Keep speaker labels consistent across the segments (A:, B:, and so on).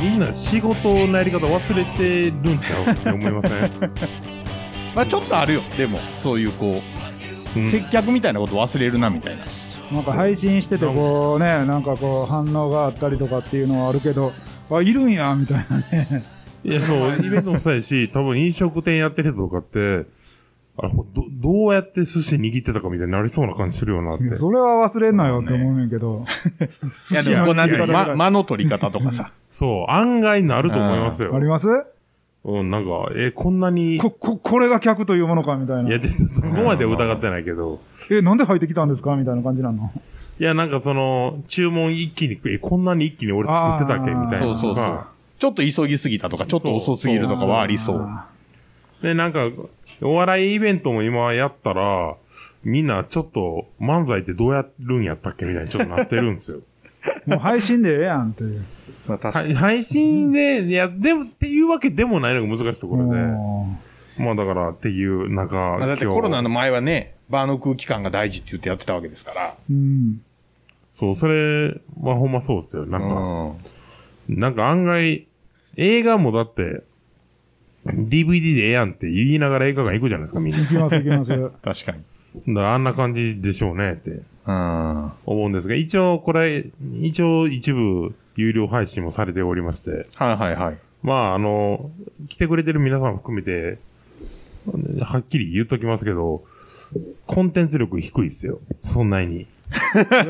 A: みんな仕事のやり方忘れてるんちゃうって思いません、
B: まあちょっとあるよでもそういうこう、
A: うん
B: 接客みたいなこと忘れるなみたいな
C: なんか配信しててこうねなんかこう反応があったりとかっていうのはあるけどあいるんやみたいなね
A: いや、そう、イベントもそうやし、多分飲食店やってる人とかって、あれど、どうやって寿司握ってたかみたいになりそうな感じするよなって
C: い。やそれは忘れんなよって思うねんけど、
B: いやでもこうなんていう
A: い
B: の、
A: やいや
B: ま、間の取り方とかさ
A: そう、案外なると思います
C: あり
A: よ。
C: ます
A: うん、なんか、え、こんなに、い
C: こここれが客というものかみたいな
A: や、ちょっとそこまでは疑ってないけど、
C: えなんで入ってきたんですかみたいな感じなの
A: いや、なんかその、注文一気に、え、こんなに一気に俺作ってたっけ
C: あー
A: みたいな。
B: そうそうそうちょっと急ぎすぎたとかちょっと遅すぎるとかはありそう
C: あ
A: で、なんか、お笑いイベントも今やったら、みんなちょっと漫才ってどうやるんやったっけみたいにちょっとなってるんですよ。
C: ーもう配信でええやんっていう
B: まあ 確かに
A: はい配信で、いや、でも、っていうわけでもないのが難しいところで。
C: も
A: まあだから、っていう、なんか、
B: まあ、だって
A: 今日
B: コロナの前はね場の空気感が大事って言ってやってたわけですから
C: ううん
A: そう、それはほんまそうですよ。なん
B: う
A: か、
B: ん
A: なんか案外、映画もだって、DVD でええやんって言いながら映画館行くじゃないですか、みんな。だ
C: 行きます行きます
B: 確かに
A: からあんな感じでしょうねって
B: うん
A: 思うんですが、一応これ、一応一部有料配信もされておりまして、
B: はいはいはい。
A: まあ、あの、来てくれてる皆さん含めて、はっきり言っときますけど、コンテンツ力低いっすよ。そんなに。
C: い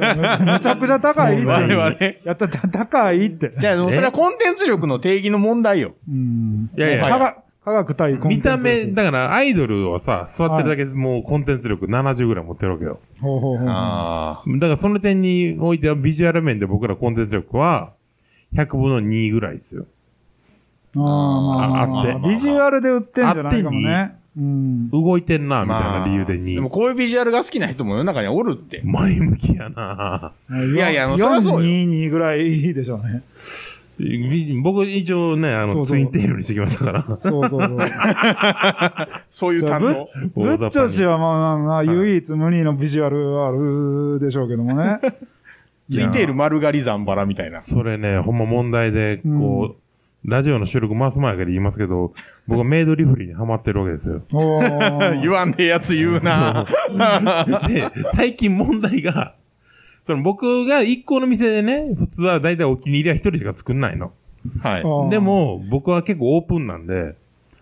C: やめちゃくちゃ高いって
A: 我々
C: やったった高いって
B: じゃあ、でもそれはコンテンツ力の定義の問題よ。
C: うん
A: いやいや
C: 科学科学対コンテン
A: 見
C: ツ
A: た目、
C: だ
A: だからアイドルはさ、座ってるだけでもうコンテンツ力70ぐらい持ってるわけよ。
C: ほうほうほう
B: あ
A: だからその点においてはビジュアル面で僕らコンテンツ力は100分の2ぐらいですよ。
C: あーまあまあ
A: ああっ
C: ま
B: て
C: あ、ビジュアルで売ってんじゃないかも
A: あ
C: ね。うん。
A: 動いてんな、
B: あ。
A: みたいな理由で
B: でも
A: 2。
B: こういうビジュアルが好きな人も世の中にはおるって。
A: 前向きやな
C: 4
B: やいやそりゃそうよ
C: 422ぐらいいいでしょう ね。
A: 僕一応ね、あ
C: そ
A: の、
C: うそう
A: ツインテールにしてきました から。
C: そうそうそう。
B: そういう担
C: ぶ
B: 当。
A: 大雑把に
C: ぶっちょしはまあまあまあ、唯一無二のビジュアルはあるでしょうけども ね。
B: ついている丸刈りザンバラみたいな。
A: それね、ほんま問題で、こう、ラジオの収録回す前やから言いますけど、 僕はメイドリフリーにハマってるわけですよ。
C: お
B: 言
C: ー
B: わんでええやつ言う な。
A: で、最近問題が、その僕が一行の店でね、普通は大体お気に入りは一人しか作んないの。
B: はい。
C: おー
A: で、も、僕は結構オープンなんで、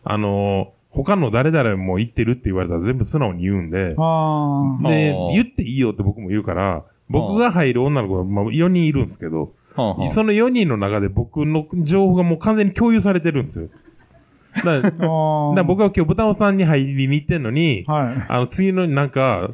A: あのー他の誰々も行ってるって言われたら全部素直に言うんで、
C: ああ。
A: で
B: あー、
A: 言っていいよって僕も言うから、僕が入る女の子が、まあ、4人いるんですけど、その4人の中で僕の情報がもう完全に共有されてるんですよ。だからだか
C: あ
A: ら僕は今日豚尾さんに入りに行ってんのに、
C: は、はい。
A: あの、次の、なんか、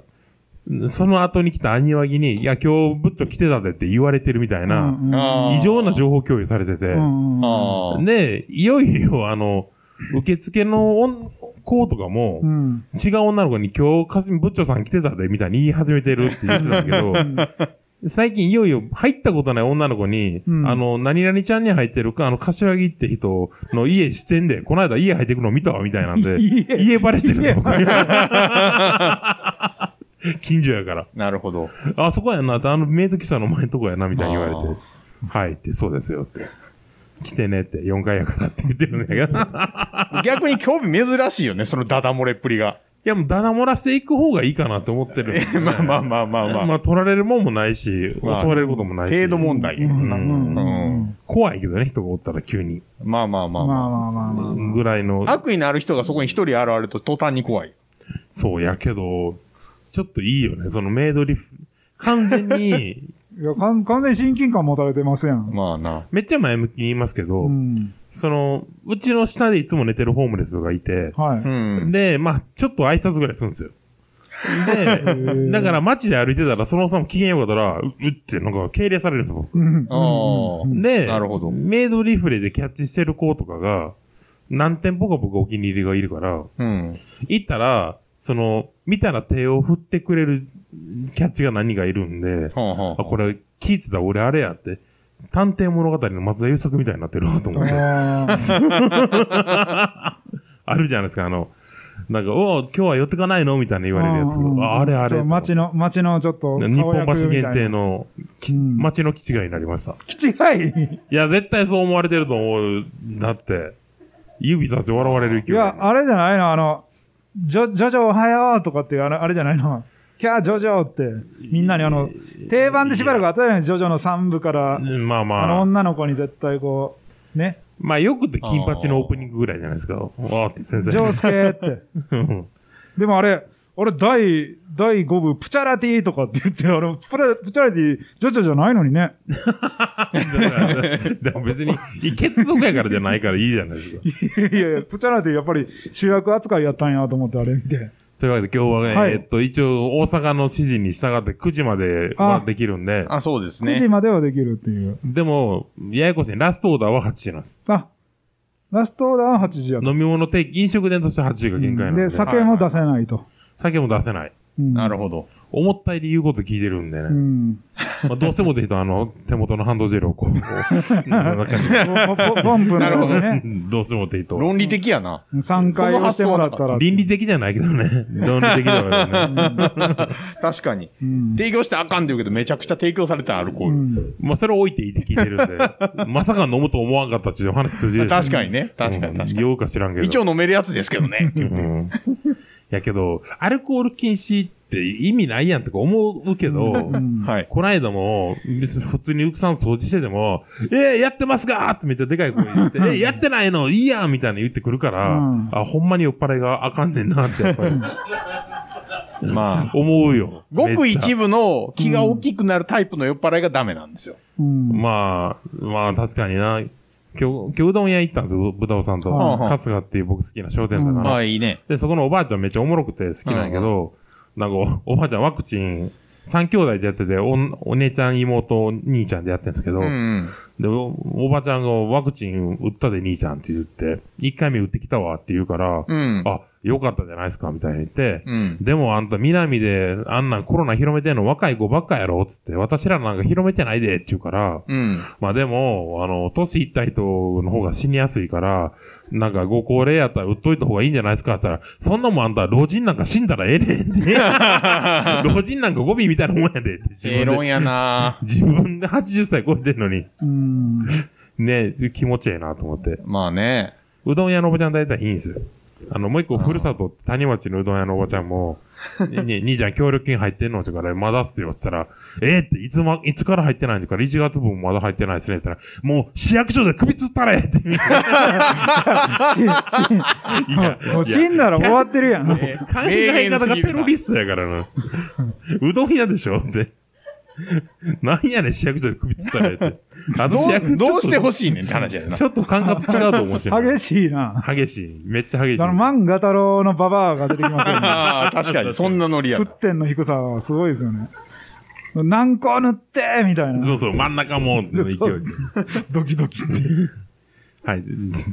A: その後に来たアニワギに、いや、今日、ぶっちょ来てたでって言われてるみたいな、
B: あ
A: 異常な情報共有されてて、
C: あ。
B: ああ。
A: で、いよいよ、あの、受付の女子とかも
C: う、ん。
A: 違う女の子に今日、かすみぶっちょさん来てたで、みたいに言い始めてるって言ってたけど、最近いよいよ入ったことない女の子に、
C: うん
A: あの、何々ちゃんに入ってるか、あの、柏木って人の家出演で、この間家入ってくの見たわ、みたいなん で、
C: 家
A: 家バレしてるの僕 近所やから。
B: なるほど。
A: あそこやなって、あのメイド喫茶の前のとこやな、みたいに言わ
B: あ
A: れて。はいって、そうですよって。来てねって、4階やからって言ってるんだけど。 い
B: 逆に興味珍しいよね、そのダダ漏れっぷりが。
A: や、もうダダ漏らしていく方がいいかなって思ってるんですよね、
B: まあまあまあまあまあ。
A: まあ、取られるもんもないし、襲
B: まあ
A: われることもないし。
B: 程度問題よ。
A: うん
B: うん
A: 怖いけどね、人がおったら急に。
B: まあまあま
C: まあ
B: あ
C: ま
B: ま
C: あまあまあ。
A: ぐらいの。
B: あ。悪意のある人がそこに一人現れると途端に怖い。
A: そうやけど、ちょっといいよね、そのメイドリフ。完全 に、
C: いや、完完全に親近感持たれてますやん。
B: まあな。
A: めっちゃ前向きに言いますけど、
C: うん。
A: その、うちの下でいつも寝てるホームレスがいて、
C: はい。
B: うん。
A: で、まあ、ちょっと挨拶ぐらいするんですよ。 で、
C: ー
A: だから街で歩いてたら、そのおっさんも機嫌よかったら、ううって、なんか敬礼されるんですよ。
C: うん。
B: あー
C: うん
A: で、
B: なるほど
A: メイドリフレでキャッチしてる子とかが、何店舗か僕お気に入りがいるから、
B: うん。
A: 行ったら、その、見たら手を振ってくれるキャッチが何人かいるんで、
B: はあはあ
A: あ、これ、キーツだ、俺あれやって、探偵物語の松田優作みたいになってるわと思って。
C: あー
A: あるじゃないですか、あの、なんか、おお、今日は寄ってかないのみたいな言われるやつ。
C: うんうんうん
A: ああれあ
C: ち
A: れ。
C: ょっと町の、町のちょっと、
A: 日本橋限定
C: の。
A: の、
C: うん
A: 町の基違いになりました。
C: 気違い。
A: いや、絶対そう思われてると思う。だって、指さして笑われる
C: い
A: 勢い。
C: や、あれじゃないの、あの、ジョ、ジョジョおはようとかっていう、あのあれじゃないの。キャー、ジョジョって、みんなにあの、定番でしばらく当たり前にジョジョの3部から、
A: うんまあ
C: あの
A: まあ、
C: 女の子に絶対こう、ね、
A: まあよくて金八のオープニングぐらいじゃないですか。わーって先
C: ジ
A: 生。
C: ョースケって。でもあれ、あれ、第、第5部、プチャラティとかって言って、あの、プラプチャラティ、ジョジョじゃないのにね。
A: でも別に、結束やからじゃないからいいじゃない ですか。
C: いやいや、プチャラティやっぱり主役扱いやったんやと思って、あれ見て。
A: というわけで今日はね、
C: はい
A: えっと、一応大阪の指示に従って9時までは
C: あ
A: できるんで、
B: あ、そうです
C: 9時
B: ね。
C: まではできるっていう。
A: でも、ややこしい。ラストオーダーは8時なんです。
C: あ、ラストオーダーは8時やった。
A: 飲み物提供、飲食店として8時が限界なんで、
C: で、酒も出せないと。
A: 酒も出せない。
C: うん
B: なるほど。
A: 思ったより言うこと聞いてるんでね。
C: うん。
A: まあ、どうしてもできたあの、手元のハンドジェルをこう、こう 中に
C: ボボボンプの方でね、
A: どうしてもできた。
B: 論理的やな。
C: 3回押してもらったら。
A: 倫理的じゃないけど ね。論理的だからね。
B: 確かに。
C: うん
B: 提供してあかんって言うけど、めちゃくちゃ提供されたアルコ
C: う
B: ー
C: ん
A: まあ、それを置いていいって聞いてるん で、まさか飲むと思わんかったっていう話通じる
B: ル。
A: でしょ
B: 確かにね。確かに確か
A: うん
B: に。
A: 酔うか知らんけど。
B: 一応飲めるやつですけどね。
A: うん。やけど、アルコール禁止って意味ないやんとか思うけど、
C: うん
B: はい。
A: こないだも、別に普通に奥さん掃除してても、えー、やってますかってめっちゃでかい声で言って、えー、やってないのいいやんみたいな言ってくるから、
C: うん
A: あ、ほんまに酔っ払いがあかんねんなってやっぱり
B: まあ、
A: 思うよ。
B: ごく一
A: 部。
B: 部の気が大きくなるタイプの酔っ払いがダメなんですよ。
C: うん
A: まあ、まあ確かにな。今日、今日うどん屋行ったんですよ、ぶ豚尾さんと。
C: は
B: あはあ
A: 春日っていう僕好きな商店だから。
B: ああ、いいね。
A: で、そこのおばあちゃんめっちゃおもろくて好きなんやけど、なんかおおばあちゃんワクチン、三兄弟でやってて、おんお姉ちゃん、妹、兄ちゃんでやってるんですけど、
B: うんうん。
A: でお、おばあちゃんがワクチン打ったで兄ちゃんって言って、一回目打ってきたわって言うから、
B: うん。
A: あ、よかったじゃないですかみたいに言って、
B: うん。
A: でもあんた南であんなんコロナ広めてんの若い子ばっかやろっつって、私らなんか広めてないでって言うから、
B: うん。
A: まあでも、あの、年いった人の方が死にやすいから、なんかご高齢やったら売っといた方がいいんじゃないですかって言ったら、そんなもんあんた老人なんか死んだらええねんって。老人なんか語尾みたいなもんやでって自
B: 正
A: 分
B: 論
A: で。
B: やな
A: 自分で80歳超えてんのに、
C: うん
A: ね、気持ちええなと思って。
B: まあね。
A: うどん屋のおばちゃん大体いいんですよ。あの、もう一個、ふるさとって谷町のうどん屋のおばちゃん も、に、兄ちゃん協力金入ってんのって言うから、まだっすよって言ったら、えー、って、いつま、いつから入ってないんだから、1月分まだ入ってないですねって言ったら、もう市役所で首つったれ って言う。い
C: し
A: や
C: しもう死んだら終わってるやん。
A: いや考え方がテロリストやから な。うどん屋でしょって。なんやねん、市役所で首つったれって。あ
B: ど
A: の市役所
B: う、どうして
A: ちょっ
B: ほしいねんって話や
A: と
B: な
A: ち。ょっと感覚違うと思うしな。
C: 激しいな。
A: 激しい。めっちゃ激しい。
C: あの、万画太郎のババアが出てきますよね。
B: ああ、確かに。そんなノリや
C: 沸
B: な。
C: 点の低さはすごいですよね。何個塗ってみたいな。
A: そうそう、真ん中も、勢いで。
C: ドキドキって。
A: はい。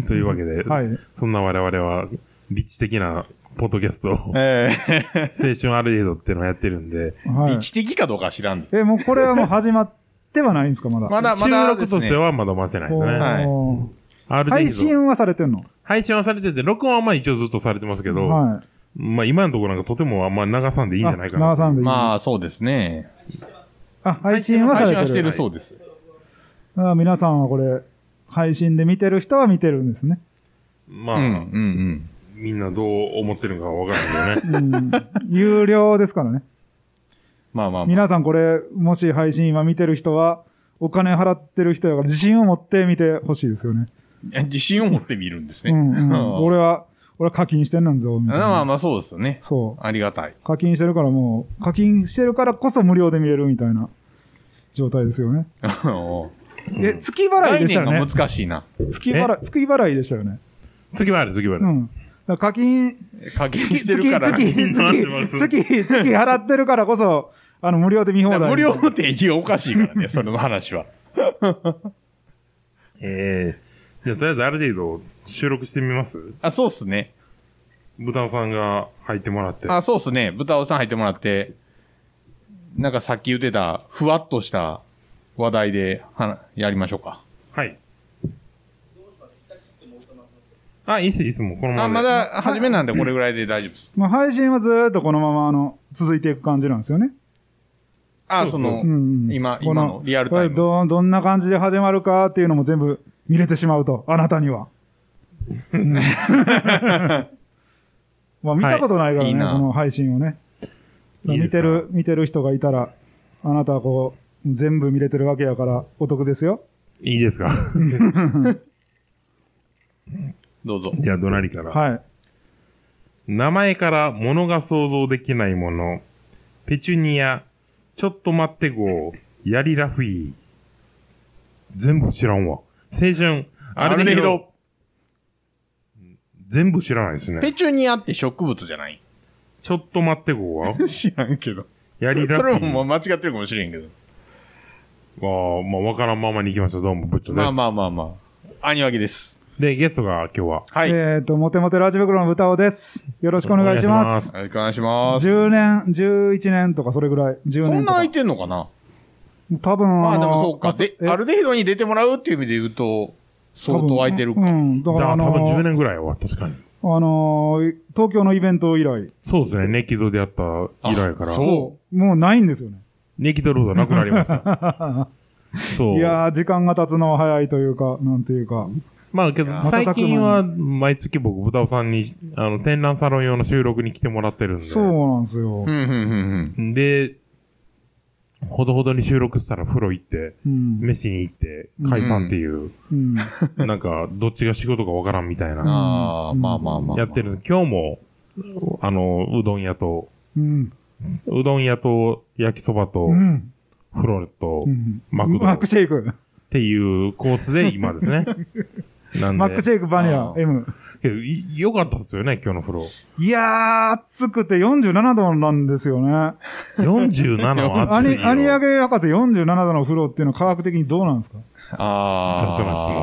A: というわけで、
C: はい
A: そんな我々は、立地的なポッドキャストを、
B: ええ。
A: 青春アルデードっていうのをやってるんで、
C: は
B: 位
C: い。
B: 置的かどうかは知らん。
C: え、もうこれはもう始まってはないんですか、まだ。
B: まだ、まだ
A: 収
B: で
A: 録
B: す
A: として
B: ね。
A: はまだ待てないですね。
B: はい
C: おー
A: アルデ
C: 配
A: ード。
C: 信はされてんの
A: 配信はされてて、録音はまあ一応ずっとされてますけど、
C: は
A: まあ今のところなんかとてもあんま流さんでい
C: い。
A: いんじゃないか
C: あ
A: な
C: 流。さんでいい。
B: まあ、そうですね。
C: あ、配信は
B: 配
C: さ
B: 信は
C: れ
B: しててる
C: る。
B: そうです。
C: あ皆さんはこれ、配信で見てる人は見てるんですね。
A: ま
B: う
A: あ、
B: ん、うん、うん。
A: みんなどう思ってるのかわからな いけどね。
C: うん。有料ですからね。
B: まあまあまあ。
C: 皆さんこれ、もし配信今見てる人は、お金払ってる人やから自信を持って見てほしいですよね。
B: 自信を持って見るんです
C: う
B: ね。
C: んうん。
B: ああ
C: 俺は、俺は課金してんなんぞ、みたい
B: まあ
C: な。
B: まあ、そうですよね。
C: そ
B: ありがたい。
C: う。課金してるからもう、課金してるからこそ無料で見れるみたいな状態ですよね。え、月払い
B: 概
C: でした
B: 念
C: よ
B: が。
C: ね
B: 難しいな。
C: 月払い、月払いでしたよね。
A: 次はある、次はあ
C: う
A: る。
C: ん。だから課金、
B: 課金
C: 月、
B: して
C: 月、
B: るから。
C: 月、
A: ます
C: 月、月、月払ってるからこそ、あの、無料で見放題。
B: 無料の定義がおかしいからね、 それの話は。
A: ええじゃあとりあえずアルデードを収録してみます
B: あ、そうっすね。
A: 豚尾さんが入ってもらって。
B: あ、そうっすね。豚尾さん入ってもらって、なんかさっき言ってた、ふわっとした話題で、はな、やりましょうか。
A: はい。あ、いいっす、いいっす、もうこのままで。
B: あ、まだ、初めなんでこれぐらいで大丈夫です。
C: まあ、配信はずーっとこのまま、あの、続いていく感じなんですよね。
B: あ、
A: そうそ
B: そ
A: う
B: の
C: う、ん、うん。
B: 今、
C: こ
B: 今のリアル
C: こ
B: タイ
C: れ
B: ム。
C: ど、どんな感じで始まるかっていうのも全部見れてしまうと、あなたに は。まあ見たことないから
B: はいいい
C: ね、
B: な
C: この配信をね。
A: いいで
C: 見
A: すか
C: てる、見てる人がいたら、あなたはこう、全部見れてるわけやから、お得ですよ。
A: いいですか
B: どうぞ。
A: じゃあ、どなりから。
C: はい。
A: 名前から物が想像できないもの。ペチュニア、ちょっと待ってごヤリラフィー。全部知らんわ。青春、
B: あれでひど。
A: 全部知らないですね。
B: ペチュニアって植物じゃない
A: ちょっと待ってごは
B: 知らんけど。
A: ヤリラ
B: そ
A: フ
B: れ
A: ィー。
B: も間違ってるかもしれんけど。
A: ああ、まあ、わからんままに行きました。どうも、ぶっちょです。
B: まあまあまあまあ。兄わけです。
A: で、ゲストが今日は。
B: はい。よ
C: えっ、と、モテモテラジ袋の豚尾です。よろしくお願いします。
B: ろしくお願いします。
C: 10年、11年とかそれぐらい。10
B: そんな
C: 年とか
B: 空い。てんのかな
C: 多分
B: まあ
C: の
B: でもそうか。で、
C: え
B: アルデヒドに出てもらうっていう意味で言うと、相当空いてるか。
C: 多分うん。だ
A: だ
C: か、
A: からら
C: あ
A: 多
C: の
A: 分10年ぐらいは、確かに。
C: あのー東京のイベント以来。
A: そうですね。ネキドでやった以来から。
B: あそ
C: もうないんですよね。
A: ネキドルードなくなりま した。そう。
C: いやー、時間が経つのは早いというか、なんていうか。
A: まあけ
B: いや
A: ど、
B: ー
A: 最近は毎月僕、ブタオさんに、あの、展覧サロン用の収録に来てもらってるんで。
C: そうなんですよ
B: う。ん、うん、うん、
A: で、ほどほどに収録したら風呂行って、
C: うん。
A: 飯に行って、解散っていう、
C: うん。
A: なんか、どっちが仕事かわからんみたい
B: うん。
A: な、
B: ああ、まあまあまあ。
A: やってるんです。今日も、あの、うどん屋と、
C: うん。
A: うどん屋と焼きそばと
C: う、ん。
A: 風呂と
C: う、ん
A: マクド
C: マックシェイク。
A: っていうコースで今です ね。なん
C: マックシ
A: で、
C: ェイクバニラ
B: あー
C: M。
A: けどい良かったですよね、今日の風呂。
C: いやー、暑くて47度なんですよね。
A: 47は
C: あ
A: 暑い
C: に
A: よ。
C: 有明博士47度の風呂っていうのは科学的にどうなんですか
B: あ
A: 雑な質問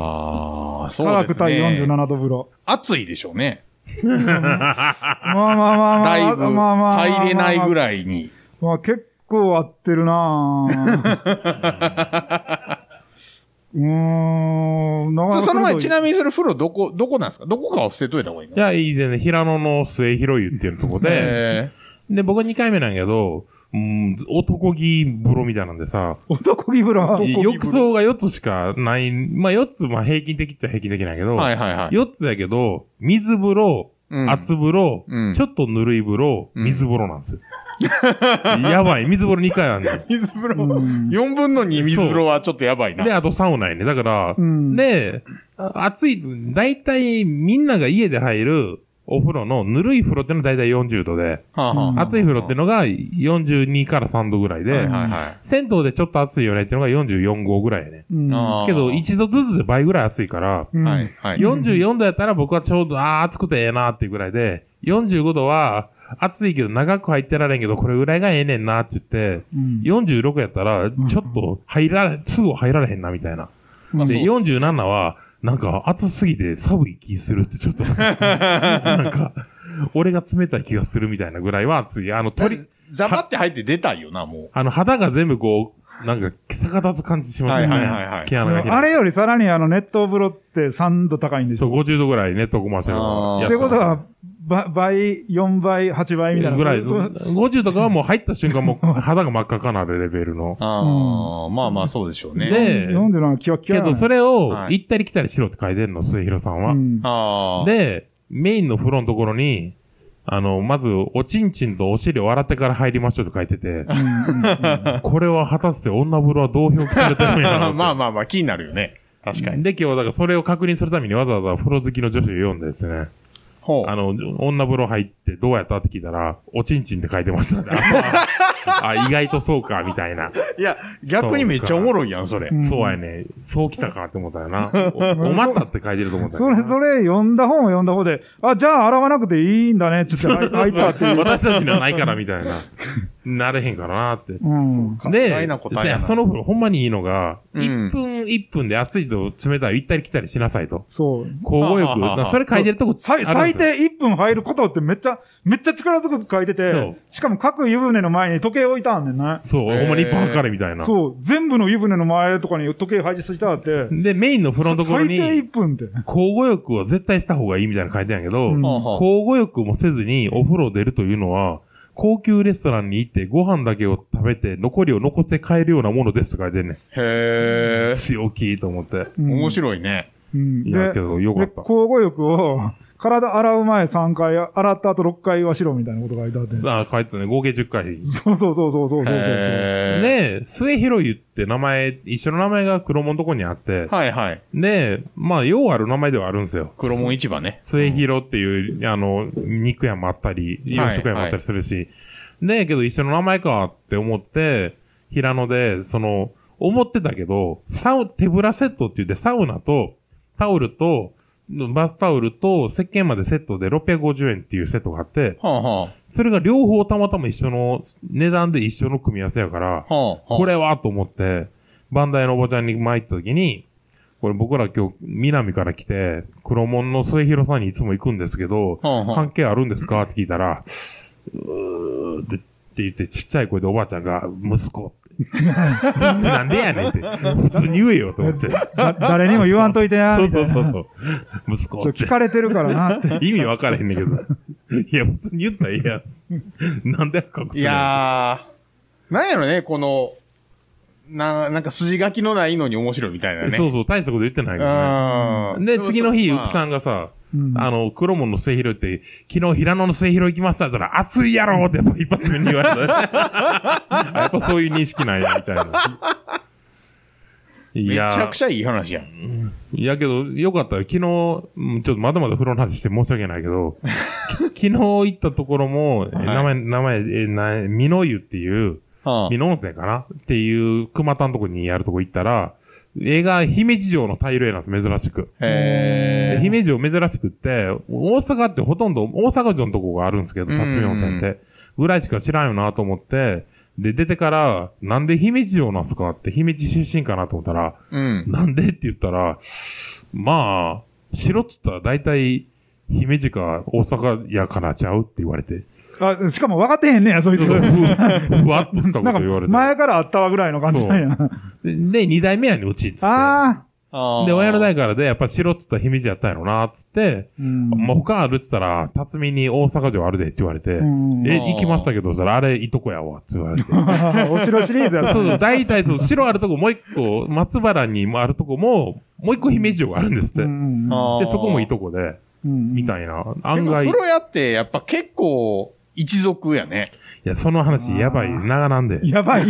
B: あ、そう
C: 科
B: で
C: 学
B: すね。
C: 対47度風呂。
B: 暑いでしょうね。
C: まあまあまあまあ。
B: だいぶ
C: まあまあまあまあ
B: 入れないぐらいに。
C: まあ結構合ってるなぁ。 うーん、なかな
B: そ
C: か
B: その前、
C: 鋭い
B: ちなみにそれ風呂どこ、どこなんですかどこかは伏せといた方がいいの
A: いや、いい全然、平野の末広湯っていうとこで、
B: え
A: で、僕は2回目なんやけど、うん、男気風呂みたいなんでさ、
C: 男気風呂。
B: 男気風呂
A: 浴槽が4つしかない、まあ4つ、まあ平均的っちゃ平均的なんやけど、
B: ーはいはいはい。
A: 4つやけど、水風呂、
B: うん
A: 厚風呂、
B: うん
A: ちょっとぬるい風呂、
B: うん
A: 水風呂なんです よ。やばい、水風呂2回あんねん。
B: 水風呂、
C: うん
B: 4分の2水風呂はちょっとやばいな。
A: で、あとサウナやね。だから、
C: うん
A: で、あ暑い、だいたいみんなが家で入るお風呂のぬるい風呂ってのはだいたい40度で、
B: はあはあ
C: うん
A: 暑い風呂ってのが42から3度ぐらいで、
B: はいはいはい。
A: 銭湯でちょっと暑いよねってのが44号ぐらいやね。
C: うん
B: あー
A: けど、1度ずつで倍ぐらい暑いから、
C: うん
B: はいはい。
A: 44度やったら僕はちょうど、あー暑くてええなーっていうぐらいで、45度は暑いけど長く入ってられんけど、これぐらいがええねんなーって言って、
C: うん
A: 46やったら、ちょっと入られ、すぐ入られへんなみたいな。
B: まあ
A: で、
B: そう
A: 47は、なんか暑すぎて寒い気するってちょ っとなんか、なんか俺が冷たい気がするみたいなぐらいは暑い。あの、鳥、
B: ザバって入って出たいよな、も
A: あの、肌が全部こう、なんか、逆立つ感じしますよね。
B: はいはいはいはい
A: 毛穴が開いて
C: あれよりさらにあの、熱湯風呂って3度高いんでし
A: そう、
C: ょ
A: 50度ぐらいネットコマーシャル
B: あー
A: や
C: っ
A: ってた
C: ことは、ば倍、4倍、8倍みたいな。
A: ぐらい。
C: そう
A: 50とかはもう入った瞬間もう肌が真っ赤かなるレベルの
B: う。。ああ、まあまあそうでしょうね。
A: で
C: 47キワキ
A: け
C: ワな
A: ど、
C: のよ。
A: それを
B: はい
A: 行ったり来たりしろって書いてんの、末広さんは
C: う。ん
B: ああ。、
A: で、メインの風呂のところに、あの、まず、おちんちんとお尻を洗ってから入りましょうと書いて て、これは果たして女風呂はどう表記されてるんや
B: ま
A: ろ
B: あ
A: う
B: まあまあ気になるよね。確かに。
A: で、今日はだからそれを確認するためにわざわざ風呂好きの女子を読んでですね、
B: ほう。
A: あの、女風呂入ってどうやったって聞いたら、おちんちんって書いてましたね。 あ、あ意外とそうか、みたいな。
B: いや、逆にめっちゃおもろいやん、それ。
C: ん
A: そうやね。そう来たかって思ったよ な。お、おまったって書いてると思った
C: そ
A: よ
C: れ、
A: な。
C: それ、読んだ方も読んだ方で、あ、じゃあ洗わなくていいんだね、ちょっと入 入った っていう。
A: 私たちにはないから、みたいな。なれへんからなって。
C: うん。
A: で、
B: 意外な答えやな
A: せその風呂ほんまにいいのが、
B: うん
A: 1分1分で熱いと冷たいを行ったり来たりしなさいと。
C: そう。
A: 交互
B: は
A: 浴。
B: あはあはあ
A: なそれ書いてるとこあ
C: 最
A: るん
C: 最
A: ですよ
C: 低1分入ることってめっちゃ、めっちゃ力強く書いて
A: そ
C: て
A: う、
C: しかも各湯船の前に時時計置いたんねんね。
A: そう、
B: へー
A: ほんまに一本測れみたいな。
C: そう、全部の湯船の前とかに時計配置してきたって、
A: で、メインのフロントコール
C: 最低
A: に、
C: 1分って。
A: 交互浴を絶対した方がいいみたいなの書いてあるんやけど、
C: うん
B: はあはあ
A: 交互浴もせずにお風呂出るというのは、高級レストランに行ってご飯だけを食べて残りを残して帰るようなものですと書いてんね
B: へ
A: ん。強気と思って。
C: うん
B: 面白いね。
C: うん
A: い
C: で、
A: やけど、よか
C: で
A: った。
C: 交互浴を、体洗う前3回、洗った後6回はしろみたいなことが書いてあって。
A: さあ、帰ったね、合計10回。
C: そうそうそうそうそうそうそう。
B: へー
A: で、末広湯って名前、一緒の名前が黒門のとこにあって、
B: はいはい。
A: で、まあ、ようある名前ではあるんですよ。
B: 黒門市場ね。
A: 末広っていう、あの、肉屋もあったり、洋食屋もあったりするし、で、けど一緒の名前かって思って、平野で、その、思ってたけど、サウ、手ぶらセットって言って、サウナと、タオルと、バスタオルと、石鹸までセットで650円っていうセットがあって、
B: はあは
A: それが両方たまたま一緒の、値段で一緒の組み合わせやから、
B: あ。はあ。
A: こ。れはと思って、バンダイのおばちゃんに参った時に、これ僕ら今日、南から来て、黒門の末広さんにいつも行くんですけど、
B: はあはあ
A: 関。係あるんですかって聞いたら、うーってって言って、ちっちゃい声でおばあちゃんが、息子って。なんでやねんって。普通に言えよと思って。
C: だ誰にも言わんといてや。
A: そう
C: みた
A: そ
C: いうな
A: そうそう。息
C: ち
A: 子
C: ょ
A: っ
C: 聞かれてるからなって。
A: て。意味わからへんねんけど。いや、普通に言ったらええやん。なんで赤くす
B: い
A: るの
B: やー、なんやろね、この、な、なんか筋書きのないのに面白いみたいなね。
A: そうそう、大したこと言ってないから
B: うん
A: ね。で、次の日、
B: そう
A: ゆきさんがさ、
C: うん
A: あの、黒門の末広って、昨日平野の末広行きましたって言ったら、暑いやろってやっぱ一発目に言われた。 あやっぱそういう認識なんや、みたいな。い
B: めち
A: や
B: ゃくちゃいい話やん。
A: いやけど、よかったよ。昨日、うんちょっとまだまだ風呂の話して申し訳ないけど、 き昨日行ったところも、え
B: はい
A: 名前、名前、え、な、美濃湯っていう、
B: はあ
A: 美濃温泉かなっていう、熊田のとこにやるとこ行ったら、映画、姫路城のタイル絵なんです、珍しく。
B: へ
A: で
B: ー。
A: 姫路城珍しくって、大阪ってほとんど、大阪城のとこがあるんですけど、
B: うんうんうん
A: 辰巳温泉って。ぐらいしか知らんよなと思って、で、出てから、なんで姫路城なんすかって、姫路出身かなと思ったら、
B: うん。
A: なんでって言ったら、まあ、城っつったら大体、姫路か大阪やからちゃうって言われて。
C: あ、しかも分かってへんねや、そいつ。
A: ふわ
C: な
A: ふわっとしたこ
C: んか
A: と言われ、て。
C: 前からあったわぐらいの感じなんや。
A: で、二代目やにうちっつって。
C: ああ。
B: あー
A: で、親の代からで、やっぱ城っつったら姫路やったんやろな、つって、
C: うん
A: まあ、他あるっつったら、辰巳に大阪城あるでって言われて、
C: うん
A: え、行きましたけど、そしたらあれ、いとこやわ、って言 われて。
C: お城シリーズやっ た
A: そうそう、大体、そう、城あるとこ、もう一個、松原にもあるとこも、もう一個姫路城があるんですって。
C: うん
B: あー
A: で、そこもいとこで、み
C: み
A: た
C: い
A: いな。
B: で
A: 案外、
B: も風
A: い
B: 呂屋って、やっぱ結構、一族やね。
A: や、その話、やばい、
C: あー
A: 長なんで。いや、
C: やばい。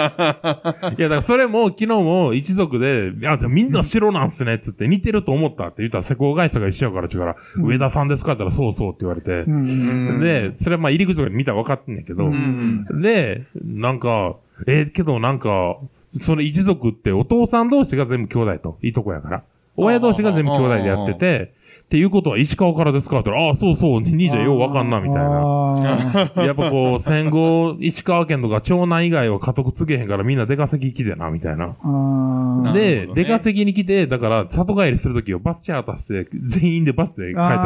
A: だからそれも、昨日も一族で、いや、じゃあみんな城なんすね、っつって、似てると思ったって言ったら、施工会社が一緒やから、ちゅうから、
C: う ん
A: 上田さんですかって言ったら、そうそうって言われて
C: う。ん
A: で、それはまあ、入り口とかで見たら分かってんだけど、
C: う
B: うん。
A: で、なんか、えーけどなんか、その一族ってお父さん同士が全部兄弟と、いとこやから。親同士が全部兄弟でやってて、っていうことは石川からですかって言ったら、ああ、そうそう、兄者ようわかんな、みたいな。
C: な。
A: やっぱこう、戦後、石川県とか長男以外は家督つけへんからみんな出稼ぎ来てな、みたいな。
C: あー
B: なる
A: で、
B: ほどね
A: 出稼ぎに来て、だから、里帰りするときをバスチャーターして、全員でバスで帰ったりするんですって。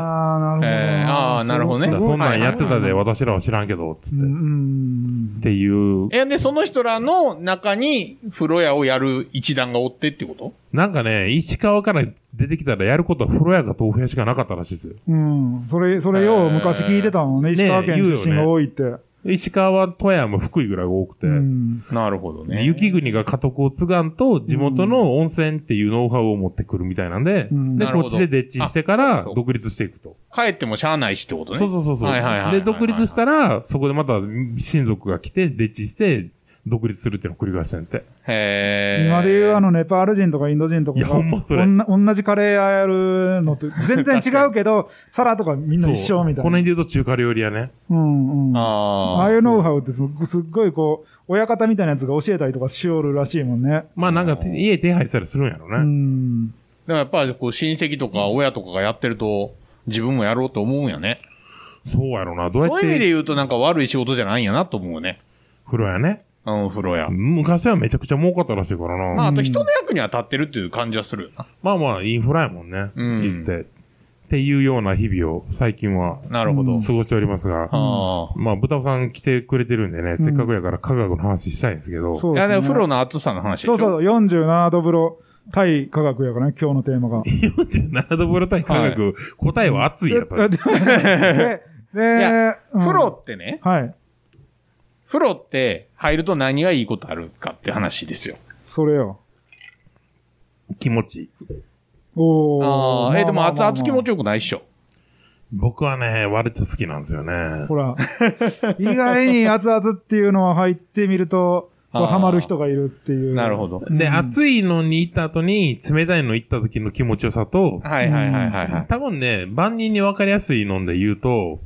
C: あ
B: えーあ
C: あ、
B: ーな
C: なる
B: る
C: ほ
B: ほ
C: ど
B: ど
A: だから
B: ね
C: ね。すご
A: そ
C: い
A: んなんやってた
B: はいはい
A: で、
B: は
A: 私らは知らんけど、つって。
C: う
A: っ
C: ん。
A: ていう
B: え、で、その人らの中に、風呂屋をやる一団がおってってこと
A: なんかね、石川から出てきたらやることは風呂屋か豆腐屋しかなかったらしいですよ。
C: うん。それ、それよう昔聞いてたもんね。
A: えー
C: 石川県出身が多いって。
A: 石川、富山、福井ぐらいが多くて、
C: うん
B: なるほど
A: で雪国が家督を継がんと、地元の温泉っていうノウハウを持ってくるみたいなんで、
C: うん
A: で、
B: なる
A: こ
B: ほ
A: っ
B: ど
A: ちでデッチしてから
B: あそうそう
A: 独立していくと。
B: 帰ってもしゃあないしってことね。
A: そうそうそうそう。
B: はいはいはいはいはい
A: で、独立したら、そこでまた親族が来て、デッチして、独立するっていうのを繰り返してんって。
B: へえ。
C: 今で言うあの、ネパール人とかインド人とか
A: いやほんまそれ
C: おんな同じカレー屋やるのと全然違うけど、皿とかみんな
A: そう
C: 一緒みたい
A: この
C: な。
A: 辺で言うと中華料理屋ね。
C: うんうん。あ
B: あ
C: あ
B: あ。
C: いうノウハウってすっすっごいこう、親方みたいなやつが教えたりとかしおるらしいもんね。
A: まあなんか、家手配したりするんやろ
C: う
A: ね。
C: ん。
B: でもやっぱりこう親戚とか親とかがやってると、自分もやろうと思うんやね。
A: そうやろな。どうや
B: そ
A: っ
B: ういう意味で
A: て、
B: 言うとなんか悪い仕事じゃないんやなと思うね。
A: 風呂屋ね。
B: うん、風呂屋。
A: 昔はめちゃくちゃ儲かったらしいからな。
B: まあ、
A: まあ
B: あと人の役には立ってるっていう感じはするよな。
A: まあ、インフラやもんね。
B: うん
A: 言って。っていうような日々を最近は
B: なるほど。
C: うん
A: 過ごしておりますが、
B: ああ。
A: まあ、豚さん来てくれてるんでね、
C: うん
A: せっかくやから科学の話したいんですけど、
C: そう
B: い
C: で
B: や、
C: すね。
B: でも風呂の暑さの話でし
C: そ
B: ょ
C: うそう、47度風呂、対科学やからね、今日のテーマが。
A: 47度風呂対科学、答えは熱いやっぱり。
C: で、で
B: い
C: で、うん
B: 風呂ってね、
C: はい。
B: 風呂って入ると何がいいことあるかって話ですよ。
C: それよ。
A: 気持ちいい。
C: おー。
B: ああ、え、でも熱々気持
C: ち。
B: ちよくないっしょ。
A: 僕はね、割と好きなんですよね。
C: ほら、意外に熱々っていうのは入ってみると、こう
B: あー
C: ハマる人がいるっていう。
B: なるほ。ど。
A: で、
C: うん
A: 暑いのに行った後に、冷たいの行った時の気持ちよさと、
B: はいはいはいはいはい。
A: 多分ね、万人に分かりやすいので言うと、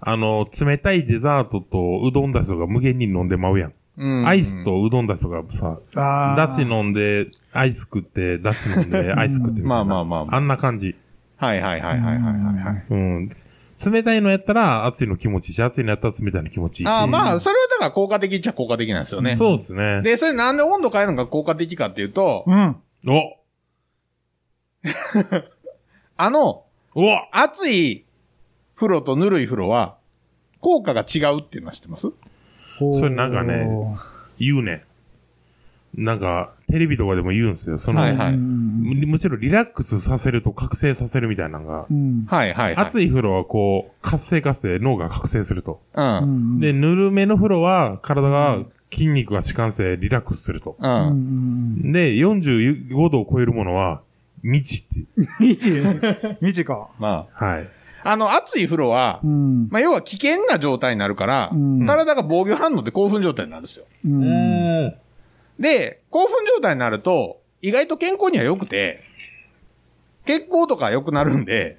A: あの、冷たいデザートとうどんだしとか無限に飲んでまうやん。
B: うん
A: アイス。とうどんだしとかさ、
C: あ
A: だし
C: ー。
A: 飲んで、アイス食って、だし飲ん で、アイス食ってみたいな。
B: まあまあまあまあ
A: あんな感じ。
B: はいはいはいはいはいはいはい。
A: うん。冷たいのやったら熱いの気持ちいいし、熱いのやったら冷たいの気持ちいいし。
B: ああ、ま
C: う
B: あ、それはだから効果的っちゃ効果的なんですよね。
A: そうですね。
B: で、それなんで温度変えるのが効果的かっていうと、
C: うん。
A: お
B: あの、
A: お
B: 熱い風呂とぬるい風呂は、効果が違うっていうのは知ってます
C: ほー
A: それなんかね言うね。なんか、テレビとかでも言うんですよ。その、
B: はいはい
C: うん
A: むむしろリラックスさせると覚醒させるみたいなのが、
C: うん。
B: はいはいはい。い。
A: 熱い風呂はこう、活性化して脳が覚醒すると。
B: う。
C: うんん
A: で、、ぬるめの風呂は体
B: う
A: が
B: ん
A: 筋肉が弛緩性リラックスすると。
B: う
C: うん
B: ん。
C: うん。
A: で、45度を超えるものは、未知っていう。
C: 未知未知か。
B: ま
A: はい。
B: あ、あの、熱い風呂は
C: う、ん。
B: まあ、要は危険な状態になるから
C: う、ん
B: 体が防御反応で興奮状態になるんですよ。
C: うん。
B: で、興奮状態になると、意外と健康には良くて、血行とか良くなるんで、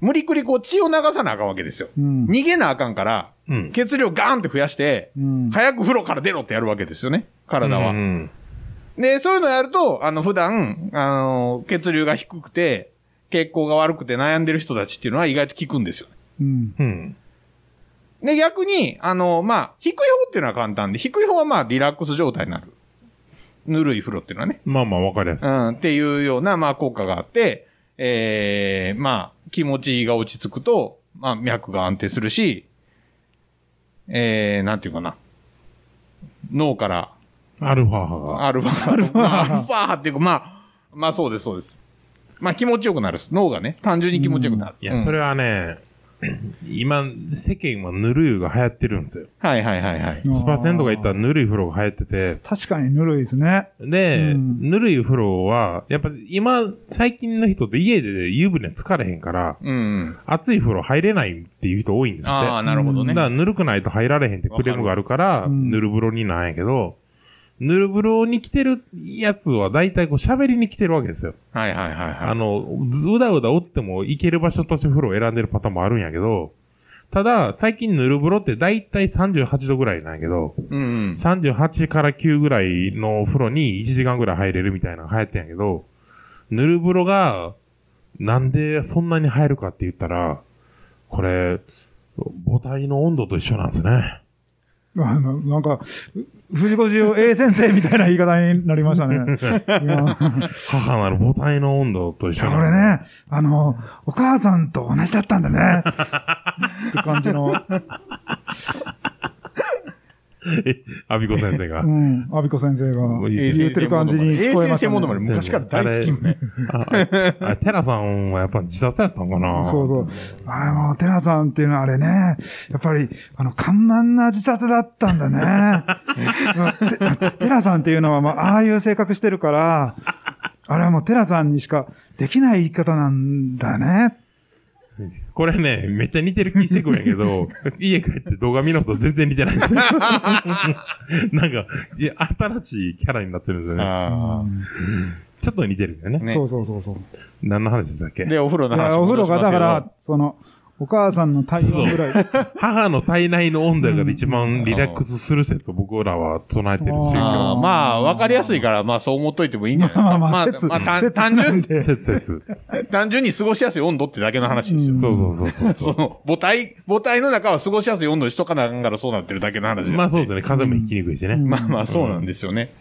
B: 無理くりこう血を流さなあかんわけですよ。
C: うん。
B: 逃げなあかんから、
A: うん。
B: 血量ガーンって増やして、
C: うん。
B: 早く風呂から出ろってやるわけですよね。体は。
A: うん
B: で、そういうのやると、あの、普段、あの、血流が低くて、血行が悪くて悩んでる人たちっていうのは意外と効くんですよ。
C: うん。
A: うん。
B: で、逆に、あの、まあ、低い方っていうのは簡単で、低い方はまあ、リラックス状態になる。ぬるい風呂っていうのはね。
A: まあまあわかりやす
B: う
A: い。
B: ん、っていうような、まあ、効果があって、ええまあ、気持ちが落ち着くと、まあ、脈が安定するし、ええなんていうかな。脳から
A: アルファ波が。
B: アルファ、アルファ、アルファっていうか、まあ、まあそうです、そうです。まあ気持ちよくなるっす。脳がね、単純に気持ちよくなる。
A: いや、それ
B: は。
A: はね、 今、世間はぬるいが流行ってるんですよ。
B: はいはいはいはい。
A: スパセントが行ったらぬるい風呂が流行ってて、
C: 確かにぬるいですね。
A: で、
C: うん
A: ぬるい風呂は、やっぱ今、最近の人って家で湯船疲れへんから、
B: うんうん。
A: 熱い風呂入れないっていう人多いんですって。
B: ああ、なるほど
A: だ
B: ね
A: か。らぬるくないと入られへんってクレームがあるから、
C: るうん
A: ぬる風呂になんやけど、ぬる風呂に来てるやつは大体こう喋りに来てるわけですよ。
B: はいはいはい
A: あ
B: はい。
A: の、ずうだうだおっても行ける場所として風呂を選んでるパターンもあるんやけど、ただ、最近ぬる風呂って大体38度ぐらいなんやけど、
B: うんうん。
A: 38から9ぐらいのお風呂に1時間ぐらい入れるみたいなのが流行ってんやけど、ぬる風呂が、なんでそんなに入るかって言ったら、これ、母体の温度と一緒なんですね。
C: あの、なんか、藤子不二雄 A 先生みたいな言い方になりまし たね。今
A: 母なる母体の温度と一緒
C: これ
A: なん
C: ね、あの、お母さんと同じだったんだね。 って感じの、
A: これね。アビコ先生が
C: う。ん、阿ビ子先生が。
A: 言って
C: 言ってる感じに聞こえまし
B: 衛生
C: たね
B: モノマネ昔から大好きよね。
A: あ、ああテラさんはやっぱ自殺やったんかな
C: そうそう。あれもう、テラさんっていうのはあれね、やっぱり、あの、緩慢な自殺だったんだね。てテラさんっていうのは、まあ、ああいう性格してるから、あれはもうテラさんにしかできない言い方なんだね。
A: これね、めっちゃ似てる気してくるんやけ ど、家帰って動画見るのと全然似てないんですよ。なんか、いや、新しいキャラになってるんですよね。
B: あ
A: ちょっと似てるよね。
B: ね
C: そうそうそうそう。
A: 何の話でしたっけ
B: あ。で、お風呂の
C: い
B: 話。
C: やお風呂がだから、、その、お母さんの体温ぐらい。
A: 母の体内の温度やから一番リラックスする説を僕らは唱えてる宗
B: あ
A: 教。
B: あまあ、わかりやすいから、まあそう思っといてもいいんじゃないです
C: ま
B: か。
C: あま
B: ま
C: あ、
B: あ
C: 説、
B: まあ単
C: 説
B: 単
C: な
B: 純、
C: んで。
A: 説説。
B: 単純に過ごしやすい温度ってだけの話ですよ。
A: そうそうそうそう。
B: その、母体、母体の中は過ごしやすい温度にしとかなあかんからそうなってるだけの話で
A: まあそうですね。風邪も引きにくいしね。
B: まあまあそうなんですよね。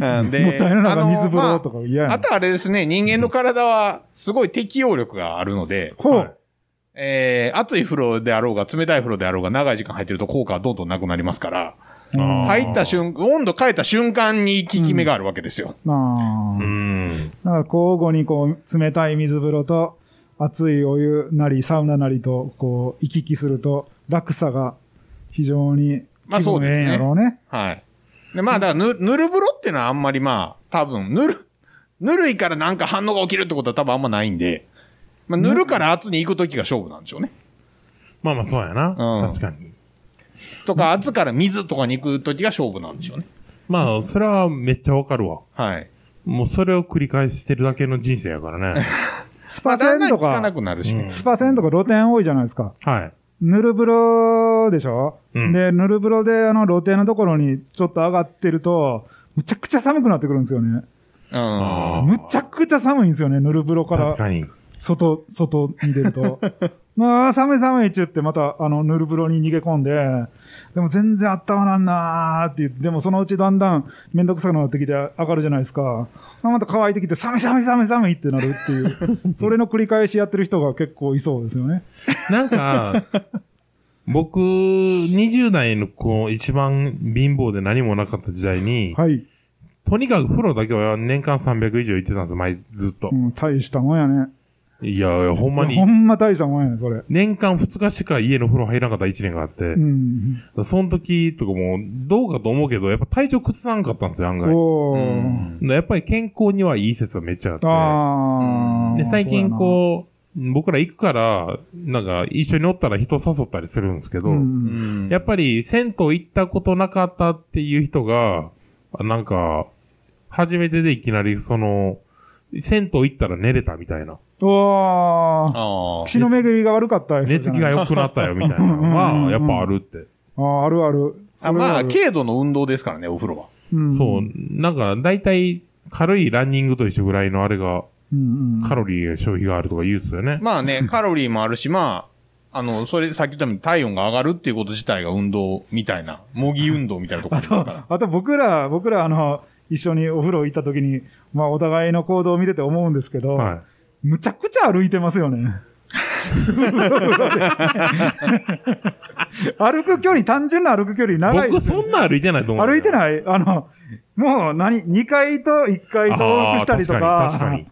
B: うんで
C: もったいないのが水風呂とか
B: あ
C: 嫌や
B: のまあ
C: な
B: あとあれですね、人間の体はすごい適応力があるので、
C: ほう、
A: はい
B: えー、熱い風呂であろうが、冷たい風呂であろうが、長い時間入ってると効果はどんどんなくなりますから、
A: あー
B: 入った瞬間、温度変えた瞬間に効き目があるわけですよ。
C: あ
A: う
C: あ。
A: ん。
C: だから交互にこう、冷たい水風呂と、熱いお湯なり、サウナなりと、こう、行き来すると、落差が非常に、
B: まあそうですね
C: 気分ええんやろうね。
B: はい。で、まあ、だからぬ、ぬる風呂ってのはあんまりまあ、多分、ぬる、ぬるいからなんか反応が起きるってことは多分あんまないんで、まあ、ぬるから熱に行くときが勝負なんでしょうね。
A: まあまあ、そうや
B: う
A: な。
B: ん
A: 確かに。
B: とか、熱から水とかに行くときが勝負なんでしょうね。
A: まあ、それはめっちゃわかるわ。
B: はい。
A: もうそれを繰り返してるだけの人生やからね。
C: ス
B: ま
C: パ
B: あ、だ
C: セ
B: ん
C: ン
B: だん
C: と
B: 効かな
C: か、
B: くなるしね。
C: スパセンとか露店多いじゃないですか。
A: はい。
C: ぬる風呂でしょ、
A: うん
C: で、ぬる風呂で、あの、露店のところにちょっと上がってると、むちゃくちゃ寒くなってくるんですよね。
B: う
A: あ
B: ん。
A: ー
C: むちゃくちゃ寒いんですよね、ぬる風呂か
A: 確
C: ら
A: かに。
C: 外、外に出 ると。まあ、寒い寒いって言って、また、あの、ぬる風呂に逃げ込んで、でも全然あったまらんなーって言って、でもそのうちだんだんめんどくさくなってきて上がるじゃないですか。また乾いてきて、寒い寒い寒い寒いってなるっ ていう、それの繰り返しやってる人が結構いそうですよね。
A: なんか、僕、20代の子、一番貧乏で何もなかった時代に、
C: はい。
A: とにかく風呂だけは年間300以上行ってたんです、前ずっと
C: う。ん、大したもんやね。
A: いやいや、ほんま
C: ほ
A: に、
C: んま大したもんやね、それ。
A: 年間2日しか家の風呂入らなかった1年があって
C: う、ん。
A: その時とかも、どうかと思うけど、やっぱ体調崩さんかったんですよ、案外。
C: お
B: う
C: ー。
B: ん
A: やっぱり健康にはいい説はめっちゃあっ
C: あー。
A: て。で、最近
C: う
A: こう、僕ら行くから、なんか一緒におったら人誘ったりするんですけ
C: やな、
A: ど、
C: うん、
B: うん
A: やっぱり銭湯行ったことなかったっていう人が、あなんか、初めてでいきなりその、銭湯行ったら寝れたみたいな。
C: お
B: あ
C: ー。
B: あ。
C: 血の巡りが悪かったやつじ
A: 寝
C: ゃない
A: つきが良くなったよみたいな
C: うんうんう
A: の
C: ん
A: は、やっぱあるって。
C: あーあるある。
B: あまあ、
C: け
B: 軽度の運動ですからね、お風呂は。
C: うん
A: そう
C: うん。、
A: なんか大体軽いランニングと一緒ぐらいのあれが、
C: うん
A: カロリー消費があるとか言うっすよね。
B: まあね、カロリーもあるし、まあ、あの、それ、さっき言ったように体温が上がるっていうこと自体が運動みたいな、模擬運動みたいなところ
C: あ
B: ですか
C: と
B: ら、。
C: あと僕ら、僕らあの、一緒にお風呂行った時に、まあお互いの行動を見てて思うんですけど、
A: は
C: むちゃくちゃ歩いてます よね。歩く距離、単純な歩く距離長
A: い。
C: いで
A: 僕
C: すよね、
A: そんな歩いてないと思う。
C: 歩いて
A: い
C: ないあの、もう何 ?2 階と1階と往復したりとか、
A: 確かに。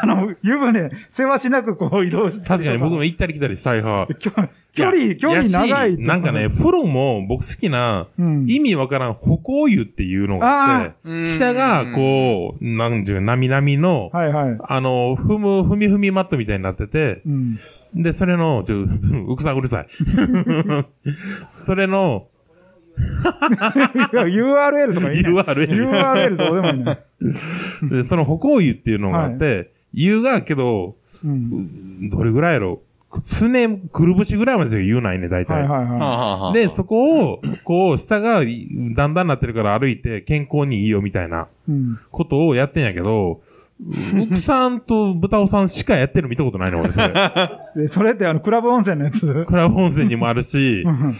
C: あの、湯船、せわしなくこう移動したりとか。
A: 確かに僕も行ったり来たりしたい派。
C: きょ距離、距離
A: やし
C: 長い。
A: なんかね、、風呂も僕好きな、
C: うん、
A: 意味わからん歩行湯っていうのがあっ
B: あー
A: て、下がこう、なんていうか、なみなみの、
C: はいはい。
A: あの、踏む、踏み踏みマットみたいになってて、
C: うん。
A: で、それの、ちょ、うくさんうるさ い。それの、
C: いや URL とかいいね。
A: URL。
C: URL どうでもいいね。
A: で、その歩行湯っていうのがあって、湯がけど、
C: うん。
A: どれぐらいやろすね、くるぶしぐらいまでしか言うないね、大
C: はい
A: 体。
C: はい
B: はあ
C: は。
B: はあはあ
A: で、そこを、こう、下がいだんだんなってるから歩いて健康にいいよみたいない
C: うん。
A: ことをやってんやけ ど、うくさんと豚尾さんしかやってるの見たことないの、俺、そ れ。
C: で、それってあの、クラブ温泉のやつ
A: クラブ温泉にもあるし
C: う、ん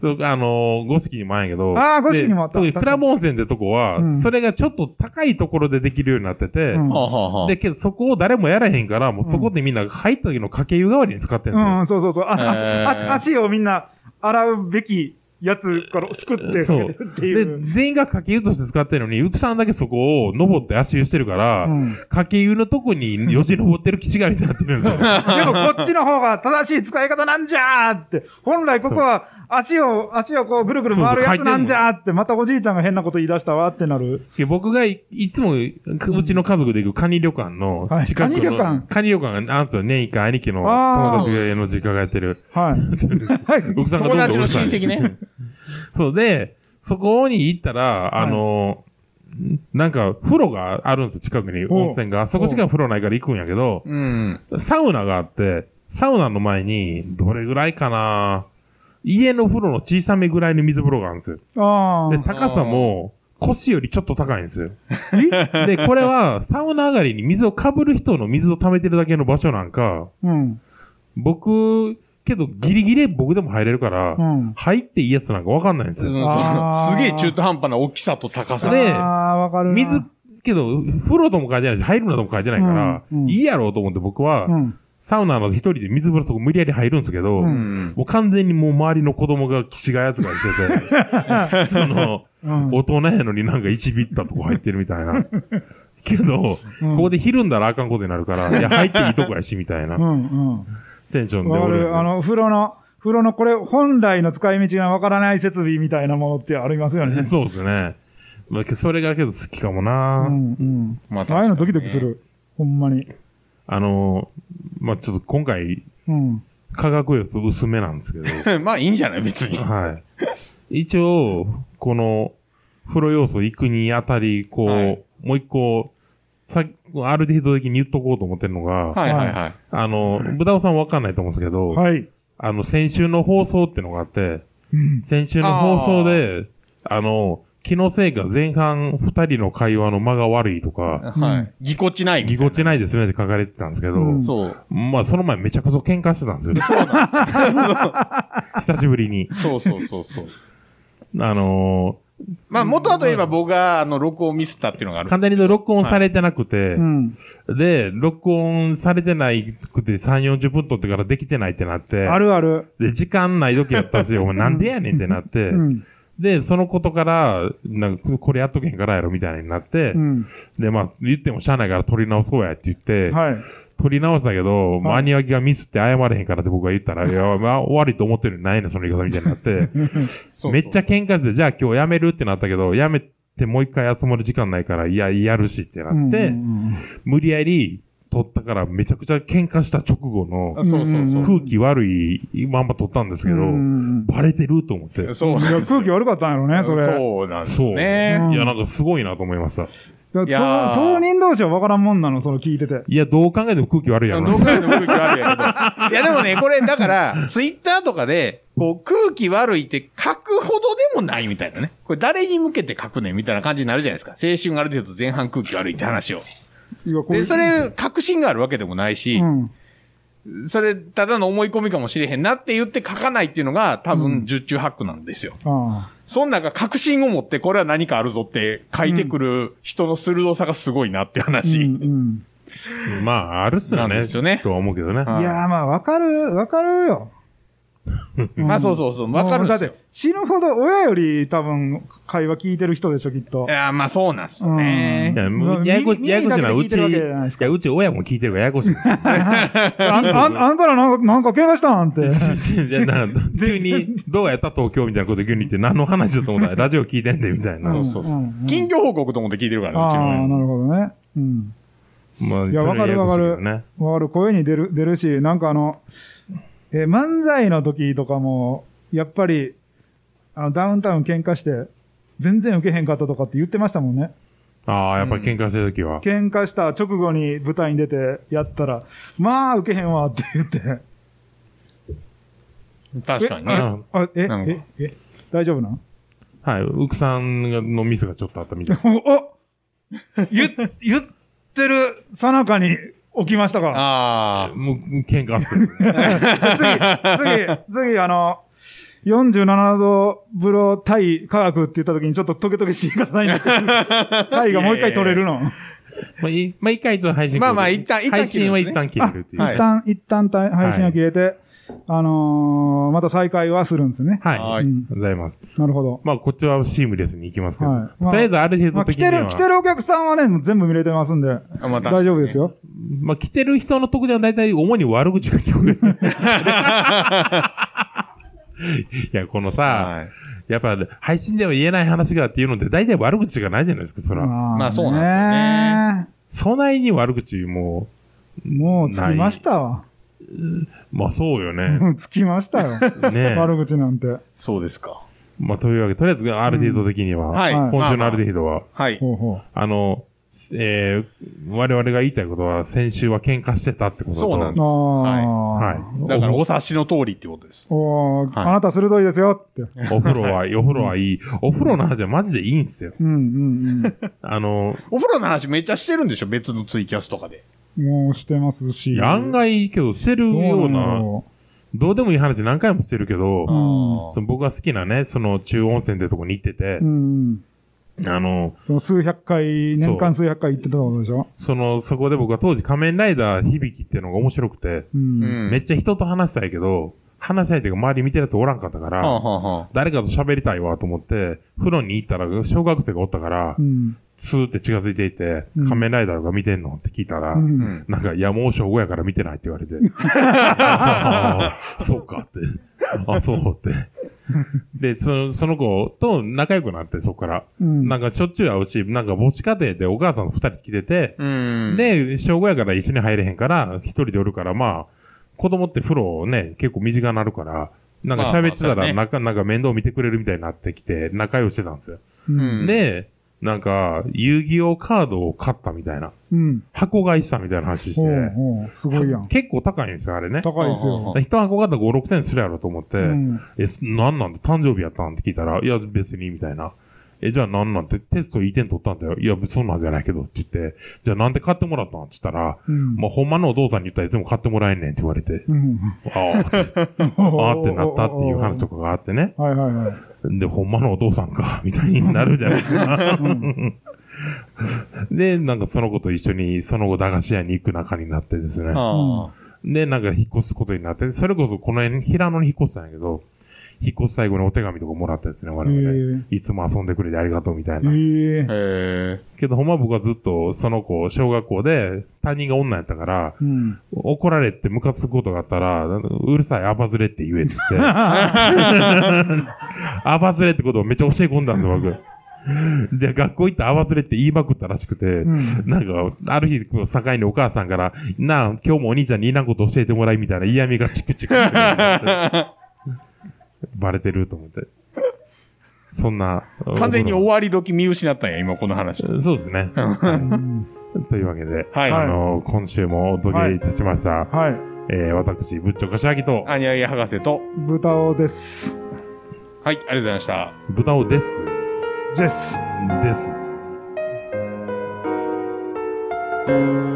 A: そうあのー、五色にもあるんやけど。
C: あー五色にもあった
A: で特にクラブ温泉ってとこは、
C: うん
A: それがちょっと高いところでできるようになってて、
C: うん
B: はあはあはあ
A: で、けどそこを誰もやらへんから、もうそこでみんな入った時の掛け湯代わりに使ってるんですよ。
C: うん、そうそうそう。あ
B: へー
C: あ足足をみんな洗うべきやつからすくってかけてるってい
A: で
C: う。、
A: 全員が掛け湯として使ってるのに、うくさんだけそこを登って足湯してるから、
C: うん
A: 掛け湯のとこによじ登ってる気違いになってるんですよ。
C: でもこっちの方が正しい使い方なんじゃーって、本来ここは足を、足をこうぐるぐる回るやつなんじゃーって、またおじいちゃんが変なこと言い出したわってなる。
A: で僕が いいつも、うちの家族で行くカニ旅館の
C: はい
A: 近くの、
C: カニ旅館
A: カニ旅館が、あんと年一回兄貴の
C: あー
A: 友達の実家がやってる。
C: はい。はい。
A: 奥さんがど
B: 友
A: んどん
B: 達
A: う
B: の
A: るさ
B: 親
A: い
B: 戚ね。
A: そうで、そこに行ったら、
C: い
A: あの、なんか、風呂があるんですよ、近くに。
C: おう
A: 温泉が。そこしか風呂ないから行くんやけど、
B: うん。
A: サウナがあって、サウナの前に、どれぐらいかな家の風呂の小さめぐらいの水風呂があるんですよ。
C: あ
A: で、
C: ー
A: 高さも、腰よりちょっと高いんです よ。で、これは、サウナ上がりに水を被る人の水を溜めてるだけの場所なんか、
C: うん。
A: 僕、けどギリギリ僕でも入れるから、
C: うん。
A: 入っていいやつなんかわかんないんですよ。
B: うん
C: あー
B: すげえ中途半端な大きさと高さ。
A: で
C: あー、わわかるな。
A: 水、けど、風呂とも書いてないし、入るなとも書いてないから、
C: うんうん
A: いいやろうと思って僕は、
C: うん。
A: サウナの一人で水風呂そこ無理やり入るんですけど、
C: うん
A: もう完全にもう周りの子供が岸が扱いして て、その、
C: うん
A: 大人やのになんか1ビッタとこ入ってるみたいな。けど、
C: うん
A: ここでひるんだらあかんことになるから、いや、入っていいとこやし、みたいな
C: うん
A: テンショ
C: う
A: ン
C: ん。
A: で
C: わか
A: 俺
C: る。あの、風呂の、風呂のこれ、本来の使い道がわからない設備みたいなものってありますよね。
A: そうですね。まあ、けそれがけど好きかも
C: う
A: な、
C: んうん。
B: まあ
C: ああいうのドキドキす。る。ほんまに。
A: あの、まあ、ちょっと今回、
C: うん。
A: 科学要素薄めなんですけど、
B: 確かにね まあいいんじゃない別 に。
A: はい。一応、この、風呂要素行くにあたり、こう、
B: はい
A: もう一個、さある程度的に言っとこうと思ってるのが、
B: はいはいはい。
A: あの、ブダオさんわかんないと思うんですけど、
C: はい。
A: あの、先週の放送ってのがあって、
C: うん。
A: 先週の放送で、あの、気のせいか前半二人の会話の間が悪いとか、
B: は
C: うん
B: い。ぎこちない。
A: ぎこち
B: な
A: ないですねって書かれてたんですけど、
C: うん
B: い。そう。
A: まあその前めちゃくちゃ喧嘩してたんですよ。 久しぶりに。
B: そうそうそうそう。
A: あの
B: まあ、元はといえば僕が、あの、録音ミスったっていうのがあ
A: ー
B: る。
A: 簡単に言うと録音されてなくて、
C: うん。
A: で、録音されてないくて3、40分撮ってからできてないってなって、
C: あるある。
A: で、時間ない時やったん ですよ。お前なんでやねんってなって、
C: うん。
A: で、そのことから、なんか、これやっとけへんからやろみたいになって、
C: うん。
A: で、まあ、言ってもしゃあないから撮り直そうやって言って、
C: はい。
A: 撮り直したけど、
C: はい
A: マニアキがミスって謝れへんからって僕が言った ら、いや、まあ、悪いと思ってるのにないねんその言い方みたいになって、
B: そうそう
A: めっちゃ喧嘩して、じゃあ今日やめるってなったけど、やめてもう一回集まる時間ないから、いや、やるしってなって、
C: うん
A: 無理やり撮ったから、めちゃくちゃ喧嘩した直後の、
B: あそうそうそう。
A: 空気悪いまんま撮ったんですけど、
C: うん
A: バレてると思って。
B: そう
C: い
B: なん
C: や
B: ですよ
C: 空気悪かったんやろね、それ。
B: そうなんです
A: そう。
B: よね。
C: うん
A: いや、なんかすごいなと思いました。
C: だ
B: いやー
C: と当人同士は分からんもんなの、その聞いてて。
A: いや、どう考えても空気悪いやろな
B: どう考えても空気悪いやけど。いやでもね、これだ から、ツイッターとかで、こう空気悪いって書くほどでもないみたいなね。これ誰に向けて書くねんみたいな感じになるじゃないですか。青春ある程度前半空気悪いって話を。
C: いやこう
B: で、それ、確信があるわけでもないし
C: う、ん。
B: それ、ただの思い込みかもしれへんなって言って書かないっていうのが、多
C: うん
B: 分、十中八九なんですよ。
C: あ
B: そん中、確信を持って、これは何かあるぞって書いてくる人の鋭さがすごいなって
C: あ。うん
B: 話。
C: うん
A: まあ、あるっすよ
B: なん
A: ね。
B: ですよね
A: とは思うけどね。
B: はい
C: いやーまあ、分かる、分かるよ。
B: まあ、そう
C: う
B: そうそう。
C: ん。
B: わかるんですよ
C: もうだって。死ぬほど親より多分、会話聞いてる人でしょ、きっと
B: い。や、まあ、そうなんですよね
A: い。や、
C: うん
A: もうややこしい、
C: 耳
A: ややこしいのはう
C: 耳だけ聞
A: ち、
C: いてるわけじゃないです
A: いや、うち親も聞いてるからややこしい。
C: あんあんあんたらなんか、なんか喧嘩したんって。
A: いやなんか急に、どうやった東京みたいなこと急に言って、何の話だと思ったら、ラジオ聞いてんで、みたいな。
B: そうそうそう
C: うんうんうん
B: 近況報告と思って聞いてるからね、
C: あ
B: うちの
C: あ、
B: 親
C: なるほどね。うん。
A: まあ、
C: いや
A: それはややこしいけどね。
C: わかる、声に出る、出るし、なんかあの、えー漫才の時とかも、やっぱり、あの、ダウンタウン喧嘩して、全然受けへんかったとかって言ってましたもんね。
A: ああ、やっぱり喧嘩してるときは。
C: 喧嘩した直後に舞台に出てやったら、まあ、受けへんわって言って。
B: 確かに
A: え
B: ね。
A: うん
C: あ、え
B: なん、か
C: え、え、大丈夫なん
A: はい。うくさんのミスがちょっとあったみたい。
C: お、お言、言ってるさなかに起きましたか。
B: あ
A: もう、喧嘩っすよね。
C: 次、次、次、あの、47度風呂対科学って言った時にちょっとトゲトゲしい方にな って、対がもう一回取れるの。
A: まあ、いまあ、一回と配信。
B: まあまあ一旦一旦
A: 配
B: 切る
A: 信
B: ん
A: は
B: ですね
A: 一旦切れるっていう。
B: あ
A: は
B: はい
C: 一
A: い。
C: 旦、一旦対配信が切れて、あのー、また再開はするんですね。
B: あ。
A: は。
B: はいい。
C: うん
A: ございます。
C: なるほど。
A: まあ、こっちはシームレスに行きますけど。
C: はいまあ
A: とりあえず、ある程
C: ま
A: 度
C: あ、来
A: 的に
C: て
A: は、
C: る、来てるお客さんはね、もう全部見れてますんで、
B: あまあ
C: 大丈夫です。よ。
A: まあ、来てる人の特徴は大体主に悪口が聞こ える。いや、このさ、
B: 確かにねはい
A: やっぱ配信では言えない話がっていうので、大体悪口がないじゃないですか、そら。
C: ま
B: まあそうなん
C: で
A: そないに悪口も、
C: すよね。もうつきましたわ。
A: まあそうよね。
C: うんつきましたよ。
A: ね え。
C: 悪口なんて。
B: そうですか。
A: まあというわけで、とりあえずある程度的には、
B: はい。
C: はい
A: 今週のある
B: で。
A: 程度は、
B: はい。
C: ほうほう。
A: あの、えー、我々が言いたいことは、先週は喧嘩してたってことだと
B: そうなんです
C: ああ。
A: はい。
B: だから、
A: お
B: お察しの通りってことです。
C: おー
B: はい
C: あなた鋭いですよって。
A: お風呂は、お風呂はいい。お風呂の話はマジでいいんですよ。
C: うんうん
A: あの、
B: お風呂の話めっちゃしてるんでしょ別のツイキャスとかで。
C: うん。もうしてますし。
A: いや案外いいけど、してる
C: ど
A: よう
C: なんだ
A: な、
C: ろ
A: どうでもいい話何回もしてるけど
C: う、ん
A: その僕が好きなね、その中温泉ってとこに行ってて
C: うう、ん
B: あの、
C: その数百回、年間数百回行ってたことでしょ
A: その、そこで僕は当時仮面ライダー響きっていうのが面白くて、
C: う。
B: うんん。
A: めっちゃ人と話したいけど、話したいというか周り見てるやつおらんかったか
B: はあ
A: ら、
B: はあは
A: 誰かと喋りたいわと思って、風呂に行ったら小学生がおったから
C: う、ん。
A: スーって近づいていて
C: う、ん
A: 仮面ライダーが見てんのって聞いた
C: う。
A: ら、
B: あ。うんん。
A: なんか、いや、もう小5やから見てないって言われて。 あーそうかって。あ、そうって。で、その、その子と仲良くなって、そこから。
C: うん。
A: なんかしょっちゅう会うし、なんか母子家庭でお母さんと二人来てて、
B: うん。、
A: で、小5やから一緒に入れへんから、一人でおるから、まあ、子供って風呂をね、結構身近になるから、なんか喋ってた
B: まあまあそ
A: ら、
B: うね
A: なんか、なんか面倒見てくれるみたいになってきて、仲良くしてたんですよ。
C: うん。
B: うん
A: で、なんか、遊戯王カードを買ったみたいな。
C: うん。
A: 箱買いしたみたいな話して。
C: ほうほう。すごいやん。
A: 結構高いんですよ、あれね。
C: 高いです
B: ほうほう
C: よ
B: ほ。
A: 一箱買ったら5、6千するやろと思って、
C: うん。
A: え、すなんなんだ誕生日やったんって聞いたら、いや、別に、みたいな。え、じゃあなんなんて、テストいい点取ったんだよ。いや、そんなんじゃないけど、って言って、じゃあなんで買ってもらったんって言ったら、
C: うん。
A: まあ、ほんまのお父さんに言ったらいつも買ってもらえんねんって言われて、
C: うん。
A: ああ、ああってなったっていう話と
C: か。
A: かがあってね。
C: はいはいはい。
A: で、ほんまのお父さんか、みたいになるじゃないですか。で、なんかその子と一緒に、その後駄菓子屋に行く仲になってですね。
B: あ
A: で、なんか引っ越すことになって、それこそこの辺、平野に引っ越したんやけど、引っ越す最後にお手紙とかもらったですね、我
C: え
A: 々。いつも遊んでくれてありがとうみたいな。
C: え。
B: あ。
C: ええ。
B: へえ。
A: けど、ほんま僕はずっと、その子、小学校で、担任が女やったから、
C: うん。
A: 怒られてムカつくことがあったら、うるさい、アバズレって言えって 言って、アバズレってことをめっちゃ教え込んだんですよ、僕。で、学校行ってアバズレって言いまくったらしくて、
C: うん
A: なんか、ある日、こう境にお母さんから、なあ、今日もお兄ちゃんにいらんこと教えてもらいみたいな嫌味がチク チクしてくるようになって。バレてると思って。そんな。
B: 完全に終
A: わ
B: わり時見失ったんや、今この話。
A: そうですね。 というわけで、
B: はい
A: あの今週もお届けいたしました。
C: はい。
A: えー、私、ぶっちょかしあきと、
B: アニアイ博士と、
C: 豚尾です。
B: はい、ありがとうございました。
A: 豚をです。
C: ジェス。
A: です。
D: 「